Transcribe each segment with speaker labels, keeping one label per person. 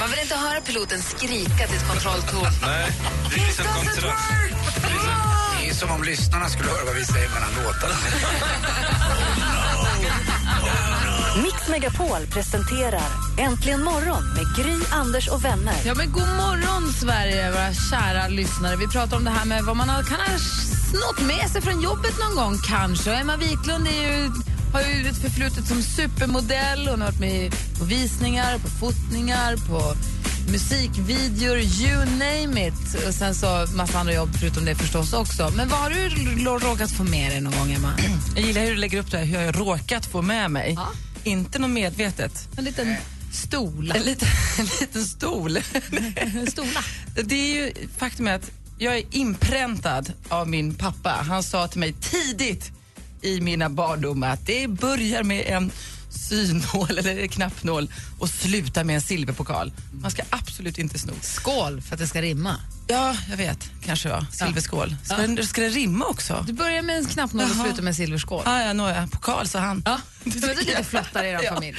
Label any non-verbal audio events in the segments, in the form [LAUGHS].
Speaker 1: Man vill inte höra piloten skrika till ett kontrolltorn.
Speaker 2: Nej, det är liksom kontra...
Speaker 3: Det är som om lyssnarna skulle höra vad vi säger mellan låtarna.
Speaker 4: Mix Megapol presenterar Äntligen morgon med Gry, Anders och vänner.
Speaker 1: Ja, men god morgon, Sverige, våra kära lyssnare. Vi pratar om det här med vad man har- kan ha snott med sig från jobbet någon gång, kanske. Och Emma Wiklund är ju, har ju ett förflutet som supermodell. Hon har varit med på visningar, på fotningar, på musikvideor, you name it. Och sen så massa andra jobb förutom det förstås också. Men vad har du l- råkat få med dig någon gång, Emma?
Speaker 5: Jag gillar hur du lägger upp det här, hur jag har råkat få med mig.
Speaker 1: Ja.
Speaker 5: Inte något medvetet.
Speaker 1: En liten stola.
Speaker 5: En liten, [LAUGHS] en liten stol.
Speaker 1: En stola.
Speaker 5: det är ju faktum är att jag är inpräntad av min pappa. Han sa till mig tidigt i mina barndomar att det börjar med en synål eller knappnål och slutar med en silverpokal. Man ska absolut inte sno.
Speaker 1: Skål för att det ska rimma.
Speaker 5: Ja, jag vet. Kanske ja. Silverskål. Ska, Den, ska den rimma också?
Speaker 1: Du börjar med en knappnål och
Speaker 5: Jaha.
Speaker 1: slutar med en silverskål.
Speaker 5: Ah, ja, nåja. Pokal, sa han. [LAUGHS]
Speaker 1: Ja, det är lite flottare i er
Speaker 5: Ja.
Speaker 1: familj.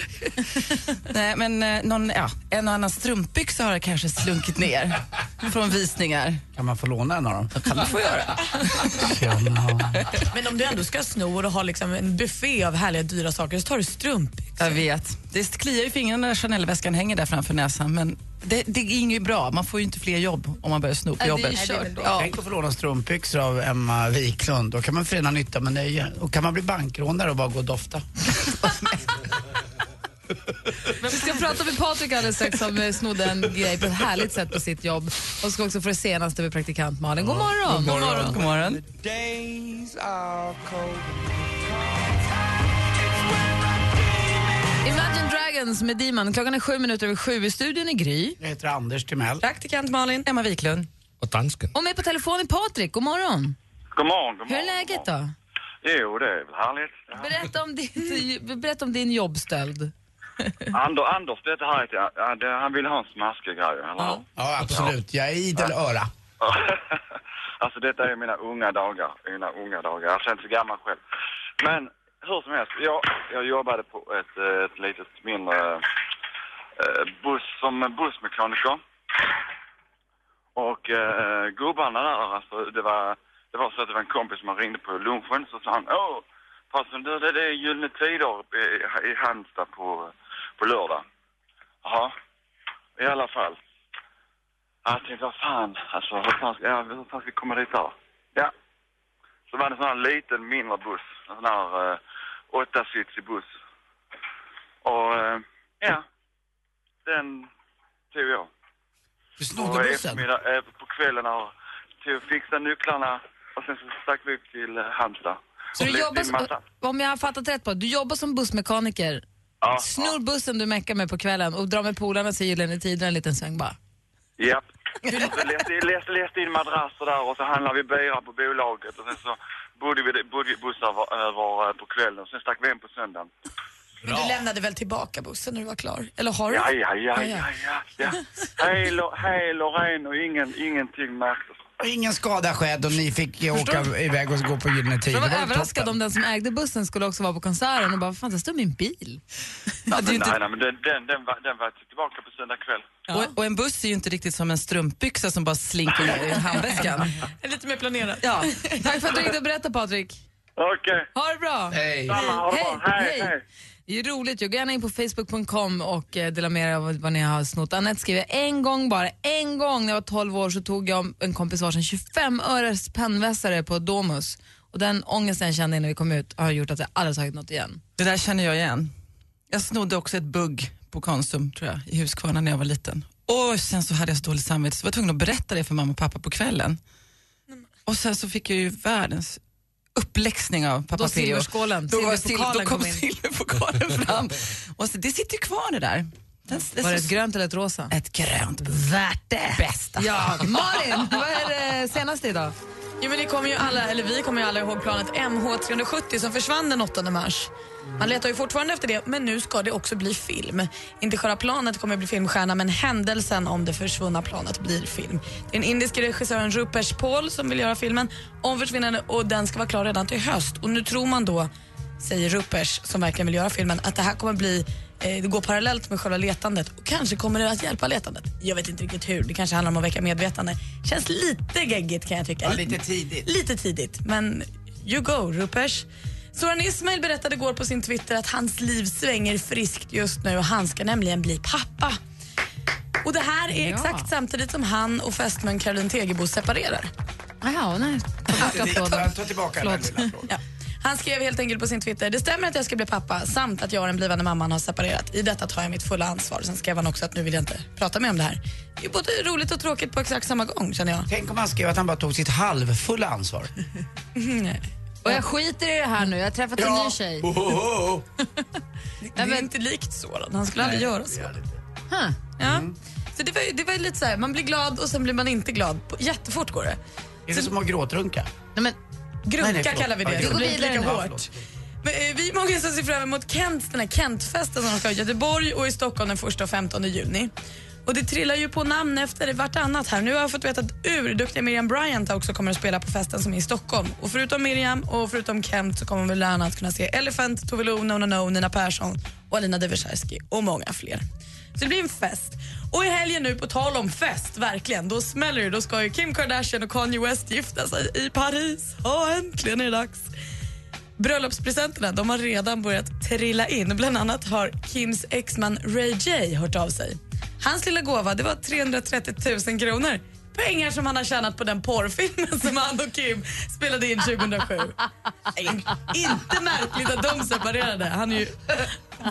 Speaker 5: [LAUGHS] Nej, men eh, någon, ja, en och annan strumpbyxa har kanske slunkit ner från visningar.
Speaker 3: Kan man få låna en av dem?
Speaker 5: kan man få göra.
Speaker 6: Men om du ändå ska sno och du har liksom en buffé av härliga dyra saker så tar du strumpbyxor.
Speaker 5: Jag vet. Det kliar i fingrarna när Chanel-väskan hänger där framför näsan, men det, det är inget bra. Man får ju inte fler jobb om man börjar sno på
Speaker 1: Nej, det är
Speaker 5: jobbet.
Speaker 1: ju kört då.
Speaker 5: ja.
Speaker 3: Tänk att få låna strumpbyxor av Emma Wiklund. Då kan man förena nytta med nöje. Och kan man bli bankrånare och bara gå och dofta.
Speaker 1: Vi ska prata med Patrik alldeles strax som eh, snodde en grej på ett härligt sätt på sitt jobb. Och ska också få det senaste med praktikant Malin. God morgon! God morgon.
Speaker 5: God morgon.
Speaker 1: Imagine Dragons med Demon. Klockan är sju minuter över sju. I studion i Gry.
Speaker 3: Jag heter Anders Timell.
Speaker 5: Praktikant Malin. Emma Wiklund.
Speaker 2: Och dansken.
Speaker 1: Och med på telefon är Patrik. God morgon!
Speaker 7: God morgon, god
Speaker 1: Hur är
Speaker 7: morgon.
Speaker 1: läget då?
Speaker 7: Jo, det är väl härligt.
Speaker 1: Berätta om din, berätta om din jobbstöld.
Speaker 7: Ander, Anders, det här, heter- ja, det- [LAUGHS] han ville ha en smaskig grej, eller hur?
Speaker 3: Ja, absolut. Jag är idel öra.
Speaker 7: Alltså detta är mina unga dagar, mina unga dagar. Jag känns så gammal själv. Men hur som helst, jag, jag jobbade på ett, eh, ett litet mindre eh, buss, som bussmekaniker. Och eh, gubbarna där, alltså det var, det var så att det var en kompis som ringde på lunchen så sa han Åh, farsan du det det är Gyllene Tider i, i Halmstad på, på lördag. Jaha, i alla fall. Jag tänkte, typ, vad fan, alltså hur fan ska, ja, hur fan ska jag komma dit där? Ja. Så var det en sån här liten mindre buss, en sån här eh, åttasitsig buss. Och eh, ja, den tog jag.
Speaker 3: Du
Speaker 7: Och
Speaker 3: snodde bussen.
Speaker 7: eftermiddag, eh, på kvällen och till att fixa nycklarna och sen så stack vi upp till eh, Halmstad.
Speaker 1: Så
Speaker 7: Och
Speaker 1: du
Speaker 7: lekte
Speaker 1: jobbar,
Speaker 7: i massa-
Speaker 1: som- om jag har fattat rätt på du jobbar som bussmekaniker,
Speaker 7: Ja,
Speaker 1: snor bussen du meckar med på kvällen och drar med polarna till Gyllene Tider en liten sväng bara.
Speaker 7: Japp. Och så läste, läste, läste in madrasser där och så handlade vi bira på bolaget och sen så bodde vi bodde vi i bussar var, över eh, på kvällen och sen stack vi hem på söndagen.
Speaker 6: Men du lämnade väl tillbaka bussen när du var klar? Eller har du?
Speaker 7: Ja, ja, ja, ja, ja. ja. Hel och, hel och ren och ingen, ingenting märktes.
Speaker 3: Och Ingen skada skedde och ni fick eh, åka iväg och gå på Gyllene Tider.
Speaker 1: Jag var,
Speaker 3: Det ju
Speaker 1: överraskad
Speaker 3: toppen.
Speaker 1: om den som ägde bussen skulle också vara på konserten och bara, fan där står min bil.
Speaker 5: Ja, det är ju
Speaker 7: Men nej,
Speaker 5: inte,
Speaker 7: nej, men den, den, den, var, den var tillbaka på söndag kväll.
Speaker 5: och, och en buss är ju inte riktigt som en strumpbyxa som bara slinker ner
Speaker 1: [LAUGHS]
Speaker 5: i handväskan.
Speaker 6: Är Lite mer planerat.
Speaker 5: Ja.
Speaker 1: Tack för att du ringde och berättade Patrik.
Speaker 7: Okej,
Speaker 1: Ha det bra!
Speaker 3: Hej.
Speaker 7: samma. Ha det
Speaker 1: Hej,
Speaker 7: bra. Hej,
Speaker 1: hej.
Speaker 7: hej.
Speaker 1: Det är roligt ju. Gå gärna in på facebook.com och eh, dela med er av vad ni har snott. Annette skriver, en gång bara, en gång när jag var 12 år så tog jag och en kompis varsin 25 öres pennvässare på Domus. Och den ångesten jag kände innan vi kom ut har gjort att jag aldrig tagit något igen.
Speaker 5: Det där känner jag igen. Jag snodde också ett bugg på Konsum tror jag, i Huskvarna när jag var liten. Och sen så hade jag så dåligt samvete så jag var tvungen att berätta det för mamma och pappa på kvällen. Och sen så fick jag ju världens uppläxning av pappa
Speaker 1: Då
Speaker 5: Peo.
Speaker 1: silverskålen,
Speaker 5: Då, var sil-
Speaker 1: silverpokalen
Speaker 5: då kom
Speaker 1: kom in.
Speaker 5: silverpokalen fram. Och så, det sitter ju kvar det där. Var det ett grönt eller ett rosa? Ett grönt. Värt det! Bästa. Ja, Malin, vad är det senaste idag?
Speaker 6: Jo, men det kommer ju alla, eller vi kommer ju alla ihåg planet MH370 som försvann den 8 mars. Man letar ju fortfarande efter det, men nu ska det också bli film. Inte själva planet kommer bli filmstjärna, men händelsen om det försvunna planet blir film. Det är den indiske regissören Rupesh Paul som vill göra filmen om försvinnande och den ska vara klar redan till höst. Och nu tror man då, säger Rupesh som verkligen vill göra filmen, att det här kommer bli eh, det går parallellt med själva letandet och kanske kommer det att hjälpa letandet. Jag vet inte riktigt hur, det kanske handlar om att väcka medvetande. Känns lite geggigt kan jag tycka.
Speaker 3: Ja, lite tidigt.
Speaker 6: Lite tidigt, men you go Rupesh. Soran Ismail berättade igår på sin Twitter att hans liv svänger friskt just nu och han ska nämligen bli pappa. Och det här är
Speaker 5: Ja.
Speaker 6: exakt samtidigt som han och fästmön Caroline Tegebo separerar.
Speaker 5: Jaha, nej.
Speaker 3: Ta tillbaka den lilla frågan.
Speaker 6: Ja. Han skrev helt enkelt på sin Twitter, det stämmer att jag ska bli pappa samt att jag och den blivande mamman har separerat. I detta tar jag mitt fulla ansvar. Sen skrev han också att nu vill jag inte prata mer om det här. Det är både roligt och tråkigt på exakt samma gång känner jag.
Speaker 3: Tänk om han skrev att han bara tog sitt halvfulla ansvar.
Speaker 5: Och jag skiter i det här nu, jag har träffat en ny tjej.
Speaker 3: Oh, oh, oh.
Speaker 6: Det är inte likt Soran, han skulle aldrig göra så.
Speaker 5: Huh.
Speaker 6: Ja.
Speaker 3: Mm.
Speaker 6: Så det var, ju- det var ju lite så här, man blir glad och sen blir man inte glad. På- Jättefort går det.
Speaker 3: Är det som att gråtrunka?
Speaker 5: Nej, men,
Speaker 6: Grunka
Speaker 3: Nej, nej, förlåt.
Speaker 6: kallar vi
Speaker 3: Ja,
Speaker 6: det.
Speaker 3: grunka.
Speaker 6: Det blir inte
Speaker 5: Vi går
Speaker 6: lika
Speaker 5: vidare
Speaker 3: nu.
Speaker 6: hårt. Men, eh, vi är många som ser fram emot Kent, den här Kentfesten som de ska ha i Göteborg och i Stockholm den 1 och 15 juni. Och det trillar ju på namn efter vartannat här. Nu har jag fått veta att urduktiga Miriam Bryant också kommer att spela på festen som är i Stockholm. Och förutom Miriam och förutom Kent så kommer vi bland annat kunna se Elephant, Tove Lo, No No No, Nina Persson och Alina Devesarski och många fler. Så det blir en fest. Och i helgen nu, på tal om fest, verkligen, då smäller det. Då ska ju Kim Kardashian och Kanye West gifta sig i Paris. Ja, äntligen är det dags. Bröllopspresenterna de har redan börjat trilla in. Bland annat har Kims exman Ray J hört av sig. Hans lilla gåva det var 330 000 kronor. Pengar som han har tjänat på den porrfilmen som han och Kim spelade in 2007. In, inte märkligt att de separerade. Han är ju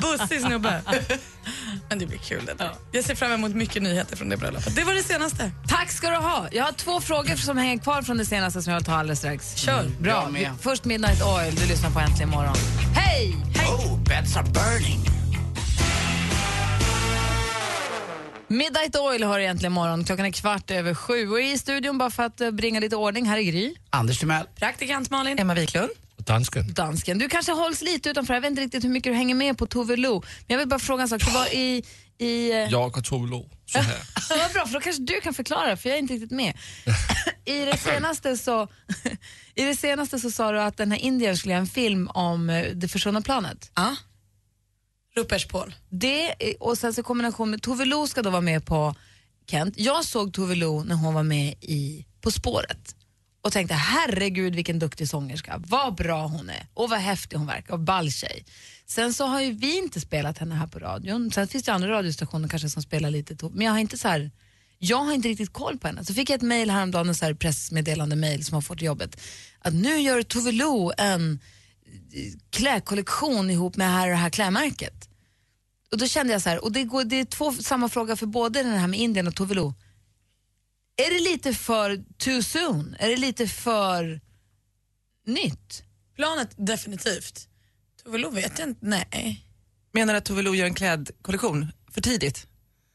Speaker 6: bussig snubbe. Men det blir kul. Det där. Jag ser fram emot mycket nyheter från det bröllopet. Det var det senaste.
Speaker 5: Tack ska du ha. Jag har två frågor som hänger kvar från det senaste som jag vill ta alldeles strax.
Speaker 6: Kör.
Speaker 5: Bra.
Speaker 3: Mm, Jag med.
Speaker 5: Vi- Först Midnight Oil, du lyssnar på Äntligen morgon. Hej!
Speaker 3: Oh, beds are burning.
Speaker 5: Midnight Oil har egentligen morgon. Klockan är kvart över sju och i studion bara för att eh, bringa lite ordning. Här är Gry,
Speaker 3: Anders Timell.
Speaker 6: Praktikant Malin.
Speaker 7: Emma Wiklund.
Speaker 8: Dansken.
Speaker 5: dansken. Du kanske hålls lite utanför. Jag vet inte riktigt hur mycket du hänger med på Tove Lo. Men jag vill bara fråga en sak. Det var i... i eh,
Speaker 8: Jag och Tove Lo. Så här.
Speaker 5: [LAUGHS] Ja, Vad bra, för då kanske du kan förklara, för jag är inte
Speaker 8: [LAUGHS]
Speaker 5: riktigt med. I det senaste så, i det senaste så sa du att den här indiern skulle göra en film om eh, det försvunna planet.
Speaker 6: Ja. Rupesh Paul.
Speaker 5: Det, eh, och sen så i kombination med Tove Lo ska då vara med på Kent. Jag såg Tove Lo när hon var med i På spåret och tänkte herregud vilken duktig sångerska, vad bra hon är och vad häftig hon verkar och ball tjej. Sen så har ju vi inte spelat henne här på radion, sen finns det andra radiostationer kanske som spelar lite, to- men jag har inte så här jag har inte riktigt koll på henne. Så fick jag ett mejl häromdagen, en så här pressmeddelande mejl som har fått jobbet. Att nu gör Tove Lo en eh, klädkollektion ihop med det här och det här klädmärket. Och då kände jag så här, och det, går, det är två samma fråga för både den här med Indien och Tove Lo. Är det lite för too soon? Är det lite för nytt?
Speaker 6: Planet definitivt. Tove Lo vet jag inte. Nej.
Speaker 7: Menar att Tove Lo gör en klädkollektion för tidigt?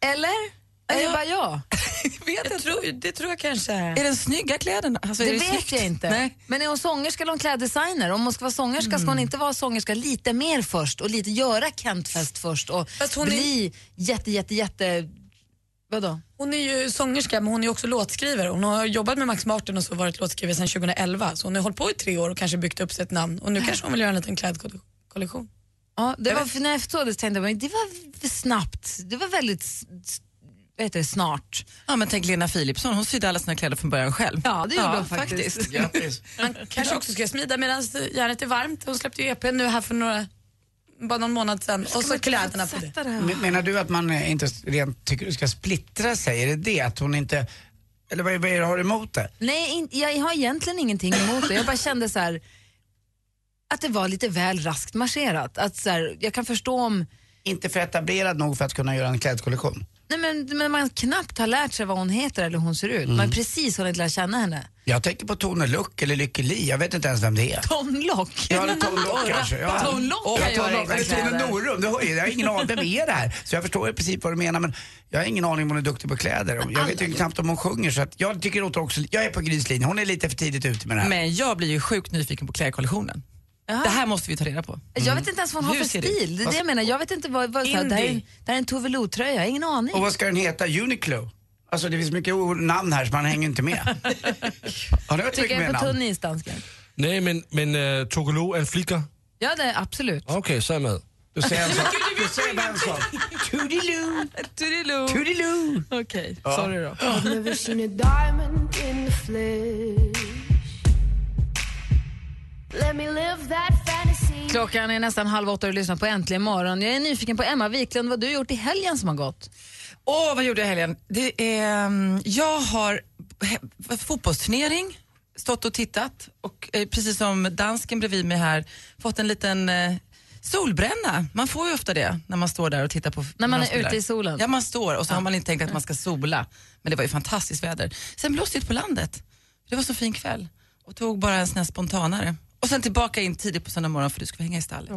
Speaker 5: Eller? Är det
Speaker 6: Jag-
Speaker 5: bara jag?
Speaker 7: Jag vet
Speaker 6: Jag
Speaker 7: inte.
Speaker 6: tror, det tror jag kanske.
Speaker 7: Är den snygga kläderna? Alltså,
Speaker 5: Det,
Speaker 7: är det
Speaker 5: vet
Speaker 7: snyggt?
Speaker 5: jag inte.
Speaker 7: Nej.
Speaker 5: Men är hon sångerska eller hon kläddesigner? Om hon ska vara sångerska, ska hon inte vara sångerska lite mer först och lite göra Kentfest först och
Speaker 6: Fast hon är-
Speaker 5: bli jätte, jätte, jätte... Vadå?
Speaker 6: Hon är ju sångerska men hon är också låtskrivare. Hon har jobbat med Max Martin och så varit låtskrivare sedan 2011. Så hon har hållit på i tre år och kanske byggt upp sitt namn. Och nu kanske hon vill göra en liten klädkollektion.
Speaker 5: Ja, det var, när jag såg det så tänkte jag, men det var v- snabbt. Det var väldigt s- s- vad heter det, snart.
Speaker 7: Ja, men tänk Lena Philipsson, hon sydde alla sina kläder från början själv.
Speaker 5: Ja, det gjorde hon faktiskt.
Speaker 3: Grattis.
Speaker 6: Man kanske också ska smida medan järnet är varmt. Hon släppte ju EP nu här för några, bara någon månad sedan. Och så kläderna på det.
Speaker 3: Men- Menar du att man eh, inte rent tycker du ska splittra sig? Är det det? Att hon inte... Eller vad, är- vad är det du har emot det?
Speaker 5: Nej, in, jag har egentligen ingenting emot det. Jag bara kände så här att det var lite väl raskt marscherat. Att så här, jag kan förstå om
Speaker 3: Inte för etablerad nog för att kunna göra en klädkollektion.
Speaker 5: Nej,
Speaker 9: Nej, men, men man knappt har lärt sig vad hon heter eller hur hon ser ut.
Speaker 5: Mm.
Speaker 9: Man precis hunnit lära känna henne.
Speaker 3: Jag tänker på Tone Luck eller Lykke Li, jag vet inte ens vem det är.
Speaker 9: Tonlock.
Speaker 3: Ja, det är Tone Lock
Speaker 9: Och
Speaker 3: kanske. Ja.
Speaker 9: rappa. Tone Lock
Speaker 3: Åh,
Speaker 9: kan jag
Speaker 3: Tone Lock.
Speaker 9: räkna
Speaker 3: Eller Tone
Speaker 9: kläder.
Speaker 3: Norum, det hör ju- jag har ingen aning, vem är det här? Så jag förstår i princip vad du menar men jag har ingen aning om hon är duktig på kläder. Jag vet ju knappt om hon sjunger så att jag tycker åt också, jag är på grislinjen, hon är lite för tidigt ute med det här.
Speaker 5: Men jag blir ju sjukt nyfiken på klädkollektionen. Det här måste vi ta reda på. Mm.
Speaker 9: Jag vet inte ens vad hon har
Speaker 5: Hur
Speaker 9: för
Speaker 5: ser det
Speaker 9: stil. Det är det jag menar. Jag vet inte vad, vad så här, det, här är, en- det här är en Tove-Lo-tröja, jag har ingen aning.
Speaker 3: Och vad ska den heta? Uniqlo? Alltså det finns mycket o- namn här så man hänger
Speaker 9: [LAUGHS]
Speaker 3: inte med. Har du hört
Speaker 9: Tycker jag
Speaker 3: mycket mer
Speaker 9: är på
Speaker 3: namn?
Speaker 9: tunn is, dansken.
Speaker 10: Nej, men, men uh, Tokolo är en flicka.
Speaker 9: Ja, det är absolut.
Speaker 10: Okej, så är jag med.
Speaker 3: Du säger en sak. Du säger bara en sak. Toodiloo,
Speaker 9: Toodiloo.
Speaker 3: toodiloo.
Speaker 9: Okej, sorry då. Klockan är nästan halv åtta och du lyssnar på Äntligen morgon. Jag är nyfiken på Emma Wiklund, vad du har gjort i helgen som har gått.
Speaker 5: Åh, vad gjorde jag i helgen? Det är, mm, jag har he- fotbollsturnering, stått och tittat och eh, precis som dansken bredvid mig här fått en liten eh, solbränna. Man får ju ofta det när man står där och tittar på f-
Speaker 9: När man
Speaker 5: de
Speaker 9: är
Speaker 5: spelar.
Speaker 9: ute i solen. Mm.
Speaker 5: Ja, man står och så har man inte tänkt att man ska sola. Men det var ju fantastiskt väder. Sen blåste det ut på landet. Det var så fin kväll och tog bara en sån här spontanare. Och sen tillbaka in tidigt på söndag morgon för du skulle hänga i stallet.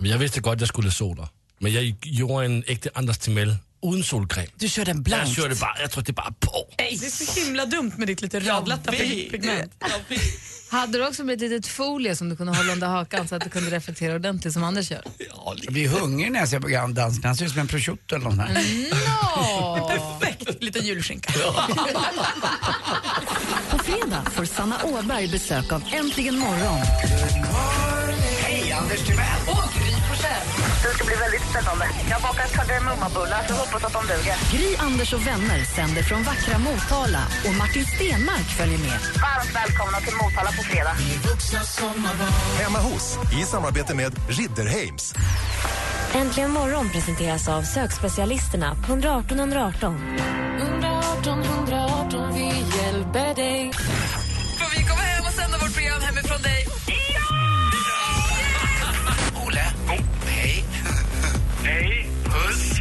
Speaker 10: Men jag visste godt, at jeg skulle sola. Men jag gjorde en äkta Anders Timell uden solcreme.
Speaker 5: Du körde en
Speaker 10: Jeg
Speaker 5: blankt.
Speaker 10: kørte bare, jeg tror det bare på.
Speaker 6: Det är så himla dumt med ditt lite rödlätta pig- pigment.
Speaker 9: Hade du också med ett litet folie som du kunde hålla under hakan så att du kunde reflektera ordentligt som Anders gör?
Speaker 3: Jag blir hungrig när jag ser program dansken, han ser ut som en prosciutto eller nåt sånt här.
Speaker 9: Mm.
Speaker 6: Perfekt, [LAUGHS] lite julskinka.
Speaker 11: På fredag får Sanna Åberg besök av Äntligen morgon.
Speaker 3: Hej Anders Timell!
Speaker 12: Det ska bli väldigt spännande. Jag bakar kardemummabullar, så hoppas att de duger.
Speaker 11: Gry, Anders och vänner sänder från vackra Motala och Martin Stenmark följer med.
Speaker 12: Varmt välkomna till Motala på fredag.
Speaker 13: Hemma hos, i samarbete med Ridderheims.
Speaker 11: Äntligen morgon presenteras av sökspecialisterna på 118 118.
Speaker 9: Får vi komma hem och sända vårt program hemifrån dig?
Speaker 3: Ole? Hej!
Speaker 7: Hej!
Speaker 3: Puss!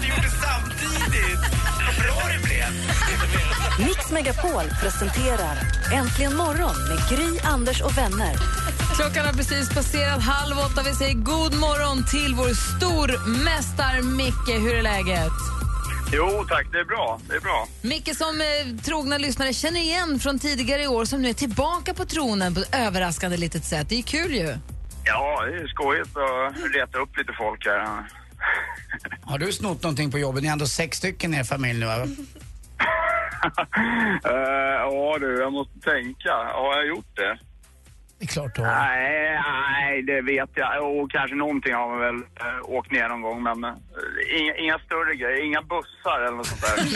Speaker 3: Vi gjorde samtidigt! Vad bra det blev!
Speaker 11: Mix Megapol presenterar Äntligen morgon med Gry, Anders och vänner.
Speaker 9: Klockan har precis passerat halv åtta. Vi säger god morgon till vår stormästare Micke. Hur är läget?
Speaker 7: Jo tack, det är bra. Det är bra.
Speaker 9: Micke som eh, trogna lyssnare känner igen från tidigare i år som nu är tillbaka på tronen på ett överraskande litet sätt. Det är kul ju.
Speaker 7: Ja, det är skojigt att reta upp lite folk här.
Speaker 3: Har du snott någonting på jobbet? Ni är ändå sex stycken i er familj nu va?
Speaker 7: Eh, Ja du, jag måste tänka. Har jag gjort det?
Speaker 3: Det är klart du
Speaker 7: Mm,
Speaker 3: har.
Speaker 7: Nej, nej, det vet jag. Och kanske någonting har man väl eh, åkt ner någon gång, men eh, inga, inga större grejer. Inga bussar eller något sånt där.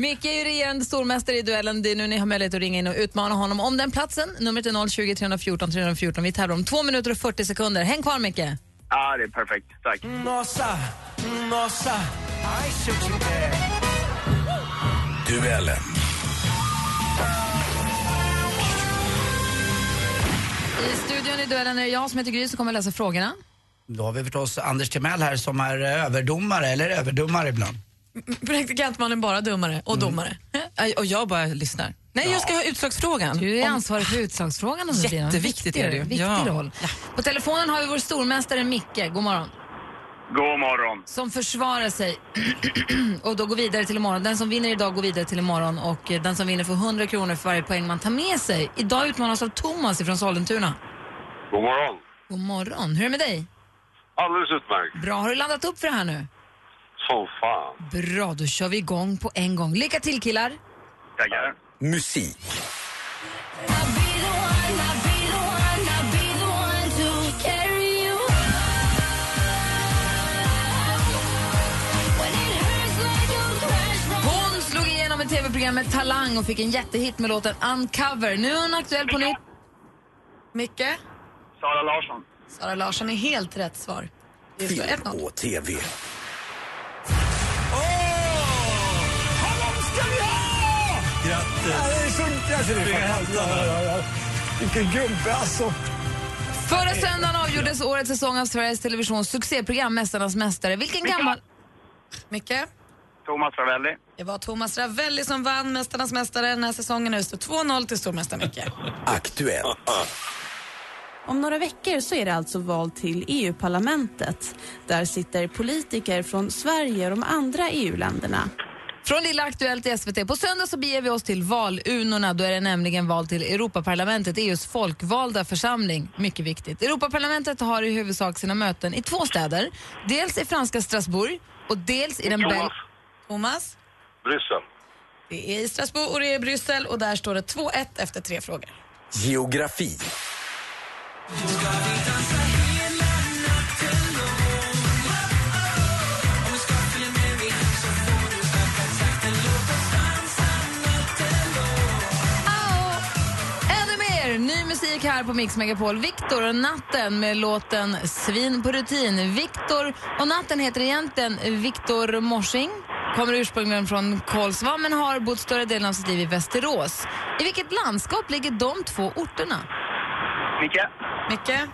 Speaker 9: [LAUGHS] Micke är ju regerande stormästare i duellen. Det är nu ni har möjlighet att ringa in och utmana honom om den platsen. Numret är 020 314 314. Vi tävlar om 2 minuter och 40 sekunder. Häng kvar Micke.
Speaker 7: Ja, det är perfekt. Tack.
Speaker 13: Duellen.
Speaker 9: I studion i duellen är det jag som heter Gry som kommer läsa frågorna.
Speaker 3: Då har vi förstås Anders Timell här som är eh, överdomare, eller överdummare ibland.
Speaker 6: [LAUGHS] Praktikantmannen bara dummare
Speaker 9: Mm.
Speaker 6: och domare.
Speaker 5: Aj, Och jag bara lyssnar. Nej, jag ska ha utslagsfrågan.
Speaker 9: Du är
Speaker 5: Om-
Speaker 9: ansvarig för utslagsfrågan. om det blir någon.
Speaker 5: Jätteviktigt är det ju.
Speaker 9: Viktig- Viktig
Speaker 5: Ja.
Speaker 9: roll. På telefonen har vi vår stormästare Micke. God morgon.
Speaker 7: [LAUGHS] God morgon.
Speaker 9: som försvarar sig [CLEARS THROAT] och då går vidare till imorgon. Den som vinner idag går vidare till imorgon och eh, den som vinner får 100 kronor för varje poäng man tar med sig. Idag utmanas av Thomas ifrån Sollentuna.
Speaker 7: God morgon.
Speaker 9: God morgon. Hur är det med dig?
Speaker 7: Alldeles utmärkt.
Speaker 9: Bra. Har du landat upp för det här nu?
Speaker 7: Som fan.
Speaker 9: Bra, då kör vi igång på en gång. Lycka till killar!
Speaker 7: Tackar.
Speaker 13: Musik.
Speaker 9: Hon slog igenom i tv-programmet Talang och fick en jättehit med låten Uncover. Nu är hon aktuell på nytt.
Speaker 6: Micke,
Speaker 7: Sara Larsson.
Speaker 6: Sara Larsson är helt rätt svar. Det står 1-0.
Speaker 13: Och TV.
Speaker 14: Grattis!
Speaker 3: Det är så...
Speaker 14: Vilken gubbe alltså!
Speaker 9: Förra söndagen avgjordes årets säsong av Sveriges Televisions succéprogram Mästarnas mästare. Vilken gammal...
Speaker 6: Micke?
Speaker 7: Thomas Ravelli.
Speaker 6: Det var Thomas Ravelli som vann Mästarnas mästare den här säsongen och det står 2-0 till stormästaren Micke.
Speaker 14: Aktuellt.
Speaker 15: Om några veckor så är det alltså val till EU-parlamentet. Där sitter politiker från Sverige och de andra E EU-länderna.
Speaker 9: [LAUGHS] Från Lilla Aktuellt i SVT. På söndag så beger vi oss till valunorna. Då är det nämligen val till Europaparlamentet, EUs folkvalda församling. Mycket viktigt. Europaparlamentet har i huvudsak sina möten i två städer. Dels i franska Strasbourg och dels i den bel...
Speaker 6: Thomas?
Speaker 7: Bryssel.
Speaker 6: Det är i Strasbourg och det är i Bryssel och där står det 2-1 efter tre frågor.
Speaker 14: Geografi.
Speaker 9: Ännu mer ny musik här på Mix Megapol. Viktor och natten med låten Svin på rutin. Viktor och natten heter egentligen Viktor Morsing. Kommer ursprungligen från Kolsva men har bott större delen av sitt liv i Västerås. I vilket landskap ligger de två orterna?
Speaker 7: Micke.
Speaker 6: Micke?
Speaker 7: Eh.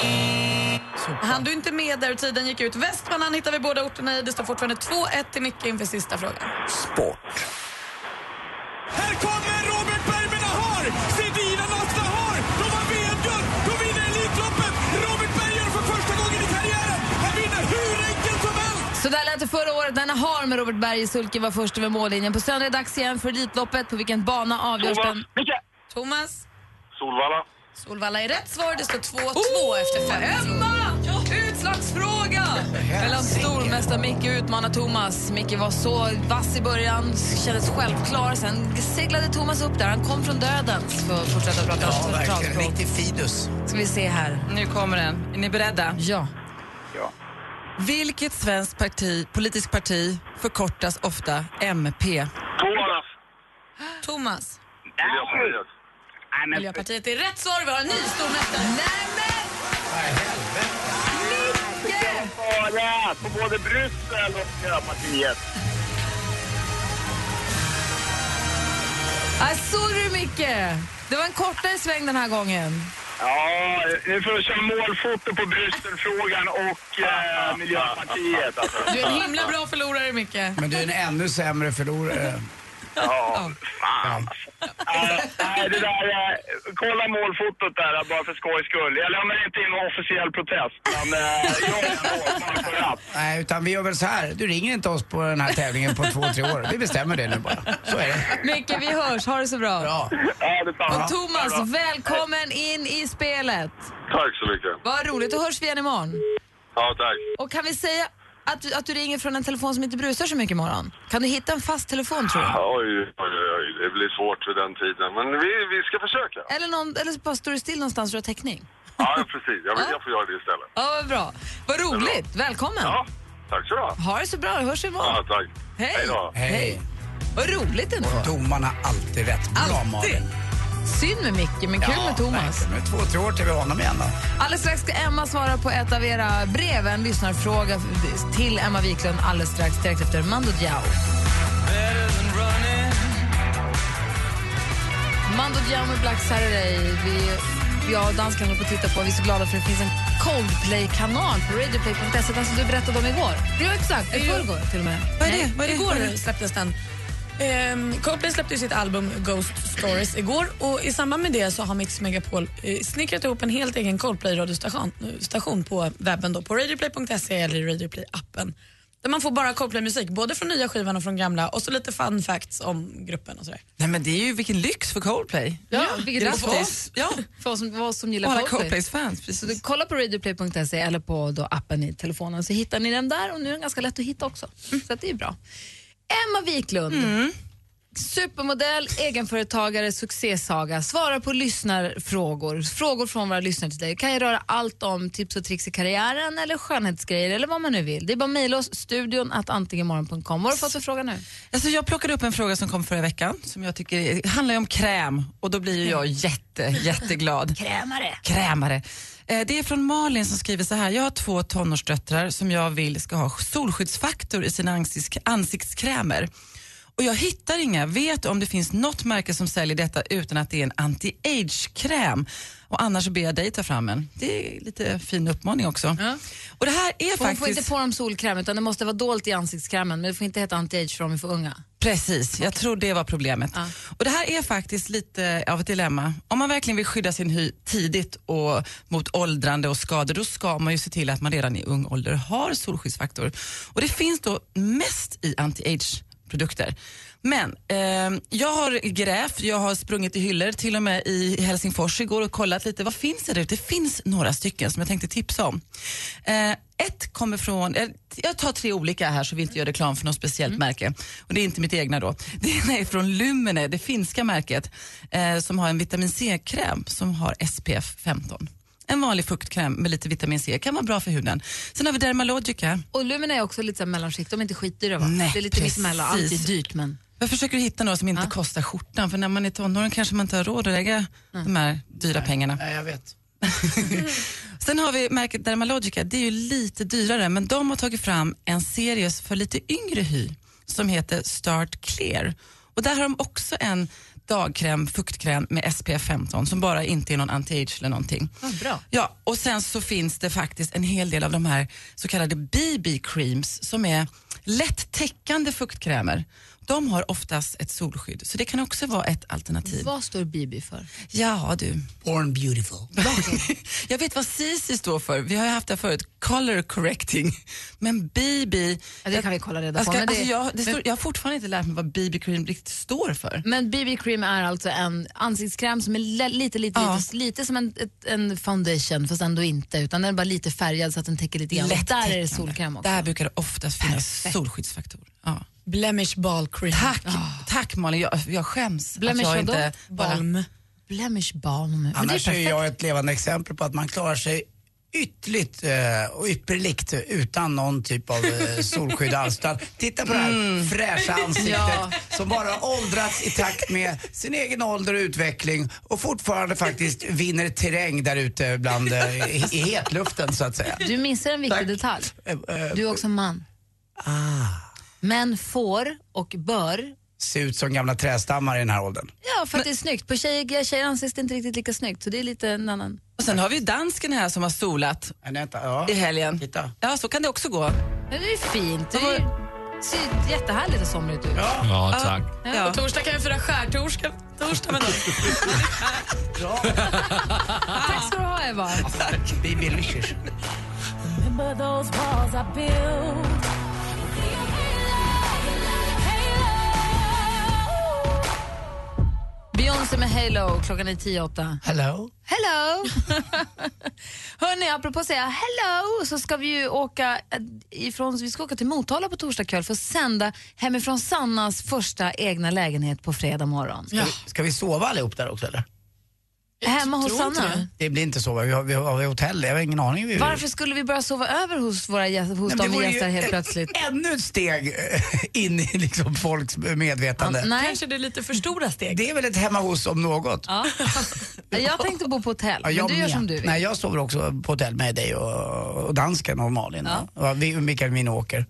Speaker 7: Ah.
Speaker 6: Han du inte med där och tiden gick ut. Västmanland hittar vi båda orterna i. Det står fortfarande 2-1 till Micke inför sista frågan.
Speaker 14: Sport.
Speaker 16: Här kommer Robert Bergman har! Sedina Nasta har! De har VM-guld! De vinner Elitloppet! Robert Berg gör det för första gången i karriären! Han vinner hur enkelt som helst!
Speaker 9: Så där lät det förra året när Nahar med Robert Berg i Sulke var först över mållinjen. På söndag är det dags igen för Elitloppet. På vilken bana avgörs
Speaker 7: Thomas.
Speaker 9: den?
Speaker 6: Thomas?
Speaker 7: Solvalla.
Speaker 6: Solvalla är rätt svar. Det står 2-2
Speaker 9: Oh!
Speaker 6: efter fem Emma!
Speaker 9: Utslagsfråga! Mellan stormästare Micke och utmanar Thomas. Micke var så vass i början, kändes självklar. Sen seglade Thomas upp där. Han kom från dödens för att fortsätta prata
Speaker 3: Ja, verkligen.
Speaker 9: centralspråk.
Speaker 3: Riktig fidus.
Speaker 9: Ska vi se här.
Speaker 5: Nu kommer den. Är ni beredda?
Speaker 9: Ja.
Speaker 3: Ja.
Speaker 5: Vilket svenskt parti, politiskt parti förkortas ofta MP?
Speaker 7: Thomas.
Speaker 6: Thomas?
Speaker 7: Miljöpartiet.
Speaker 6: Miljöpartiet är rätt svar. Vi har en ny stormästare.
Speaker 7: Micke! På både Bryssel och Miljöpartiet.
Speaker 9: Ah, sorry, Micke! Det var en kortare sväng den här gången.
Speaker 7: Ja, nu får du köra målfoto på Brysselfrågan och eh, Miljöpartiet. Alltså.
Speaker 6: Du är en himla bra förlorare, Micke.
Speaker 3: Men du är en ännu sämre [LAUGHS] förlorare.
Speaker 7: Ja, fan. Ja, Nej, det där, eh, kolla målfotot där bara för skojs skull. Jag lämnar inte in någon officiell protest, men eh, jag
Speaker 3: Nej, utan vi gör väl så här. Du ringer inte oss på den här tävlingen på två, tre år. Vi bestämmer det nu bara. Så är det.
Speaker 9: Micke, vi hörs. Ha det så bra. bra. Och Thomas, välkommen in i spelet.
Speaker 17: Tack så mycket.
Speaker 9: Vad roligt. Då hörs vi igen imorgon.
Speaker 17: Ja, tack.
Speaker 9: Och kan vi säga att, du- att du ringer från en telefon som inte brusar så mycket imorgon? Kan du hitta en fast telefon tror du?
Speaker 17: Oj, oj, oj, det blir svårt vid den tiden. Men vi, vi ska försöka.
Speaker 9: Eller, någon, eller så bara står du still någonstans och du har täckning?
Speaker 17: Ja, precis. Jag, jag får göra det istället.
Speaker 9: Ja, vad bra. Vad roligt. Välkommen.
Speaker 17: Tack så du ha.
Speaker 9: Ha det så bra. Hörs imorgon.
Speaker 17: Ja, tack.
Speaker 9: Hej.
Speaker 17: Hej då.
Speaker 3: Hej.
Speaker 9: Vad roligt ändå.
Speaker 3: Domarna har alltid rätt. Bra,
Speaker 9: Alltid.
Speaker 3: Malin.
Speaker 9: Synd med Micke, men kul med Thomas.
Speaker 3: verkligen. Nu är det två, tre år till vi har honom igen då.
Speaker 9: Alldeles strax ska Emma svara på ett av era brev. En lyssnarfråga till Emma Wiklund alldeles strax, direkt efter Mando Diao. Mando Diao med Black Saturday. Vi, jag och dansken håller på att titta på. Vi är så glada för att det finns en Coldplay-kanal på radioplay.se. Den som du berättade om igår. Ja, exakt. I förrgår till och med.
Speaker 6: Vad är det? Vad är det? Igår släpptes den. Ehm, Coldplay släppte ju sitt album Ghost Stories igår och i samband med det så har Mix Megapol eh, snickrat ihop en helt egen Coldplay-radiostation eh, station på webben då, på radioplay.se eller i radioplay-appen. Där man får bara Coldplay-musik, både från nya skivan och från gamla och så lite fun facts om gruppen och sådär.
Speaker 5: Nej, men det är ju vilken lyx för Coldplay.
Speaker 9: Ja, vilket
Speaker 5: Grattis.
Speaker 9: för oss,
Speaker 5: Ja.
Speaker 9: för oss som, för oss som gillar
Speaker 5: Och alla
Speaker 9: Coldplay.
Speaker 5: Coldplays fans,
Speaker 9: Så du, kolla på radioplay.se eller på då appen i telefonen så hittar ni den där och nu är den ganska lätt att hitta också. Så att det är bra. Emma Wiklund, supermodell, egenföretagare, succésaga, svarar på lyssnarfrågor, frågor från våra lyssnare till dig. kan ju röra allt om tips och tricks i karriären eller skönhetsgrejer eller vad man nu vill. Det är bara att mejla oss, studion att antingenmorgon.com. Vad har du fått för fråga nu?
Speaker 5: Alltså jag plockade upp en fråga som kom förra veckan som jag tycker är- det handlar ju om kräm och då blir ju jag jätte, jätteglad.
Speaker 9: Krämare.
Speaker 5: Krämare. Eh, Det är från Malin som skriver så här. Jag har två tonårsdöttrar som jag vill ska ha solskyddsfaktor i sina ansikts- ansiktskrämer. Och jag hittar inga. Vet du om det finns något märke som säljer detta utan att det är en anti-age-kräm? Och annars så ber jag dig ta fram en. Det är lite fin uppmaning också. Och det här är
Speaker 9: Hon
Speaker 5: faktiskt...
Speaker 9: får inte på dem solkräm utan det måste vara dolt i ansiktskrämen men det får inte heta anti-age för de är för unga.
Speaker 5: Precis, jag tror det var problemet. Och Det här är faktiskt lite av ett dilemma. Om man verkligen vill skydda sin hy tidigt och mot åldrande och skador då ska man ju se till att man redan i ung ålder har solskyddsfaktor. Och Det finns då mest i anti-age produkter. Men ehm, jag har grävt, jag har sprungit i hyllor, till och med i Helsingfors igår och kollat lite. Vad finns det där ute? Det finns några stycken som jag tänkte tipsa om. Eh, ett kommer från, eh, jag tar tre olika här så vi inte gör reklam för något speciellt märke. Och det är inte mitt egna då. [LAUGHS] Det ena är från Lumene, det finska märket, eh, som har en vitamin C-kräm som har SPF 15. En vanlig fuktkräm med lite vitamin C kan vara bra för huden. Sen har vi Dermalogica.
Speaker 9: Och Lumina är också lite så här mellanskikt, de är inte skitdyra va?
Speaker 5: Nej,
Speaker 9: det är lite
Speaker 5: precis.
Speaker 9: mittemellan, Alltså, alltid dyrt men.
Speaker 5: Jag försöker hitta några som inte kostar skjortan för när man är tonåring kanske man inte har råd att lägga de här dyra pengarna.
Speaker 3: Nej, jag vet.
Speaker 5: [LAUGHS] Sen har vi märket Dermalogica, det är ju lite dyrare men de har tagit fram en serie för lite yngre hy som heter Start Clear. Och där har de också en dagkräm, fuktkräm med SPF 15 som bara inte är någon anti-age eller någonting.
Speaker 9: Ah, bra.
Speaker 5: Ja, och sen så finns det faktiskt en hel del av de här så kallade BB-creams som är lätt täckande fuktkrämer. De har oftast ett solskydd, så det kan också vara ett alternativ.
Speaker 9: Vad står BB för?
Speaker 5: Ja, du.
Speaker 3: Born beautiful.
Speaker 5: [LAUGHS] Jag vet vad CC står för. Vi har ju haft det här förut. Color correcting. Men BB...
Speaker 9: Ja, det kan vi kolla reda
Speaker 5: Jag,
Speaker 9: på.
Speaker 5: ska,
Speaker 9: men det-
Speaker 5: alltså jag, det står,
Speaker 9: men- Mm,
Speaker 5: jag har fortfarande inte lärt mig vad BB-cream riktigt står för.
Speaker 9: Men BB-cream är alltså en ansiktskräm som är le- lite, lite, lite, lite som en, ett, en foundation fast ändå inte utan den är bara lite färgad så att den täcker lite grann. Och Där är det
Speaker 5: Lättäckande.
Speaker 9: solkräm också. Ah.
Speaker 5: Där brukar det oftast finnas solskyddsfaktor. Ja.
Speaker 6: Blemish ball cream.
Speaker 5: Tack, tack Malin. Jag, jag skäms
Speaker 9: Blemish
Speaker 5: att jag
Speaker 9: vadå?
Speaker 5: inte...
Speaker 9: Balm. Blemish balm. Men det är
Speaker 3: Annars är,
Speaker 9: perfekt.
Speaker 3: jag ett levande exempel på att man klarar sig ytterligt eh, och ypperligt eh, utan någon typ av eh, solskydd alls. Utan Titta på det här
Speaker 18: Mm.
Speaker 3: fräscha ansiktet
Speaker 18: Ja.
Speaker 3: som bara har åldrats i takt med sin egen ålder och utveckling och fortfarande faktiskt vinner terräng där ute bland eh, i, i hetluften så att säga.
Speaker 9: Du missar en viktig detalj. Du är också man.
Speaker 3: Ah,
Speaker 9: Män får och bör
Speaker 3: ser ut som gamla trästammar i den här åldern.
Speaker 9: Ja, för att det är snyggt. På tjejer, tjejer anses det inte riktigt lika snyggt, så det är lite en annan...
Speaker 5: Och sen har vi dansken här som har solat
Speaker 3: Aneta, ja.
Speaker 5: i helgen. Ja, så kan det också gå.
Speaker 9: Men det är fint. Det är, ser jättehärligt och somrigt ut.
Speaker 2: Ja, tack.
Speaker 6: På torsdag kan vi fira skärtorsdag torsdag med någon.
Speaker 3: [LAUGHS]
Speaker 9: Tack ska du ha, Eva.
Speaker 3: Tack. Bibi Licious.
Speaker 18: Remember those walls I built.
Speaker 9: Beyoncé med Halo, klockan är tio åtta.
Speaker 3: Hello.
Speaker 9: Hello! [LAUGHS] Hörni, apropå att säga hello så ska vi ju åka, eh, ifrån, vi ska åka till Motala på torsdag kväll för att sända hemifrån Sannas första egna lägenhet på fredag morgon.
Speaker 3: Ska, vi, ska vi sova allihop där också eller?
Speaker 9: Hemma hos Sanna.
Speaker 3: Det blir inte sova, vi har, vi har, vi har hotell, jag har ingen aning. Vi-
Speaker 9: Varför skulle vi börja sova över hos, våra, gäster- hos
Speaker 3: Nej, men
Speaker 9: de
Speaker 3: det
Speaker 9: vi
Speaker 3: vore ju
Speaker 9: gästar helt
Speaker 3: ett-
Speaker 9: plötsligt?
Speaker 3: Ännu ett steg eh, in i liksom folks medvetande.
Speaker 9: Ja, nej.
Speaker 6: Kanske det är lite för stora steg.
Speaker 3: Det är väl ett hemma hos om något. [LAUGHS]
Speaker 9: Ja. Jag tänkte bo på hotell,
Speaker 3: Ja,
Speaker 9: men
Speaker 3: jag
Speaker 9: du gör
Speaker 3: med.
Speaker 9: som du vill.
Speaker 3: Nej, jag sover också på hotell med dig och, och dansken och Malin.
Speaker 9: Ja.
Speaker 3: Ja. Vi, Mikael Min åker.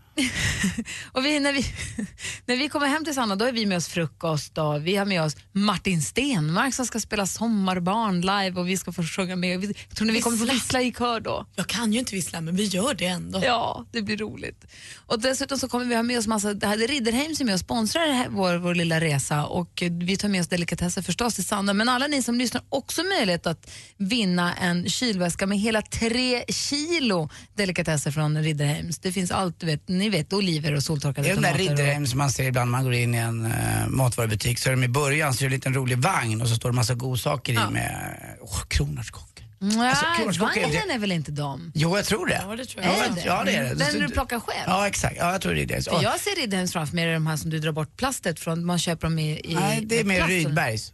Speaker 9: [LAUGHS] Och vi, när, vi, [LAUGHS] när vi kommer hem till Sanna då är vi med oss frukost och vi har med oss Martin Stenmark som ska spela sommarbarn live och vi ska få sjunga med. Vi, tror ni vi kommer få
Speaker 6: Vissla.
Speaker 9: vissla i kör då?
Speaker 6: Jag kan ju inte vissla, men vi gör det ändå.
Speaker 9: [LAUGHS] Ja, det blir roligt. Och dessutom så kommer vi ha med oss massa, det här är Ridderheim som är med och sponsrar det här- vår, vår lilla resa och eh, vi tar med oss delikatesser förstås till Sanna men alla ni som lyssnar också möjlighet att vinna en kylväska med hela tre kilo delikatesser från Ridderheims. Det finns allt, du vet, ni vet, oliver och
Speaker 3: Det
Speaker 9: soltorkade
Speaker 3: är den där
Speaker 9: tomater. och-
Speaker 3: Ridderheim som man ser ibland när man går in i en eh, matvarubutik. Så är de i början så är det en liten rolig vagn och så står det massa godsaker i med oh, kronärtskocka.
Speaker 9: Nej,
Speaker 3: Alltså, kronärtskocka är-
Speaker 9: Mm, vagnen är väl inte dem?
Speaker 3: Jo, jag tror det. Ja,
Speaker 6: det tror
Speaker 9: jag. Är
Speaker 3: Ja,
Speaker 9: det?
Speaker 3: det är det.
Speaker 9: Den du plockar själv?
Speaker 3: Ja, exakt. Ja, jag tror det är det.
Speaker 9: För jag ser Ridderheims framför mig, det är de här som du drar bort plastet från, man köper dem i... i
Speaker 3: Nej, det är mer
Speaker 9: plast.
Speaker 3: Rydbergs.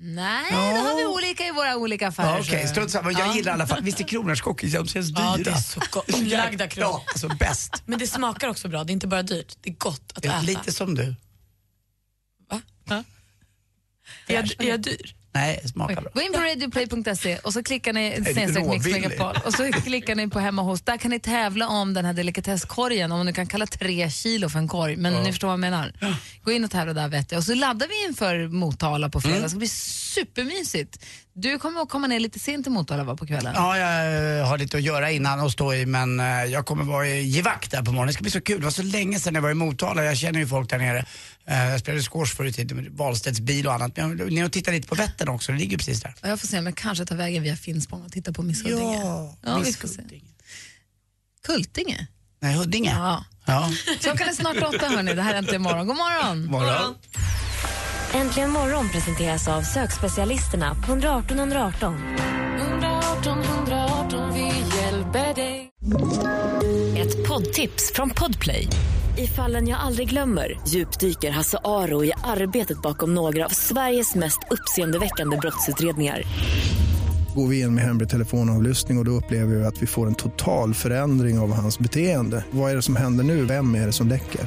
Speaker 9: Nej, då har vi olika i våra olika affärer.
Speaker 3: Ja, Okej,
Speaker 9: så-
Speaker 3: strunt samma. Jag gillar i alla fall. Visst är kronärtskockis de känns dyra?
Speaker 6: Ja, det är så gott. Inlagda kronor.
Speaker 3: [LAUGHS] Ja, alltså bäst.
Speaker 6: Men det smakar också bra, det är inte bara dyrt, det är gott att äta.
Speaker 3: Lite som du.
Speaker 6: Är jag, är jag dyr?
Speaker 3: Nej, smakar bra.
Speaker 9: Gå in på radioplay.se och så klickar ni
Speaker 3: du
Speaker 9: snedstreck Mix
Speaker 3: råvillig?
Speaker 9: Megapol och så klickar ni på hemma hos. Där kan ni tävla om den här delikatesskorgen, om man nu kan kalla tre kilo för en korg, men
Speaker 19: Ja.
Speaker 9: ni förstår vad jag menar. Gå in och tävla där vet jag. Och så laddar vi inför Motala på fredag,
Speaker 19: Mm.
Speaker 9: det ska bli supermysigt. Du kommer att komma ner lite sent till Motala va, på kvällen?
Speaker 3: Ja, jag eh, har lite att göra innan och stå i men eh, jag kommer vara i givakt där på morgonen. Det ska bli så kul. Det var så länge sedan jag var i Motala. Jag känner ju folk där nere. Eh, Jag spelade squash förr i tiden med Wahlstedts bil och annat. Men jag vill ner och titta lite på Vättern också. Det ligger ju precis där.
Speaker 9: Och jag får se om jag kanske tar vägen via Finspång och tittar på Miss Huddinge.
Speaker 3: Ja,
Speaker 9: vi får se. Kultinge?
Speaker 3: Nej, Huddinge.
Speaker 9: Ja.
Speaker 3: Ja.
Speaker 9: Klockan är snart åtta hörni, det här är Äntligen morgon. God morgon!
Speaker 3: Morgon.
Speaker 6: Äntligen morgon presenteras av sökspecialisterna på 118 118.
Speaker 19: 118 118, vi hjälper dig.
Speaker 6: Ett poddtips från Podplay. I fallen jag aldrig glömmer djupdyker Hasse Aro i arbetet bakom några av Sveriges mest uppseendeväckande brottsutredningar.
Speaker 14: Går vi in med hemlig telefonavlyssning och, och då upplever vi att vi får en total förändring av hans beteende. Vad är det som händer nu? Vem är det som läcker?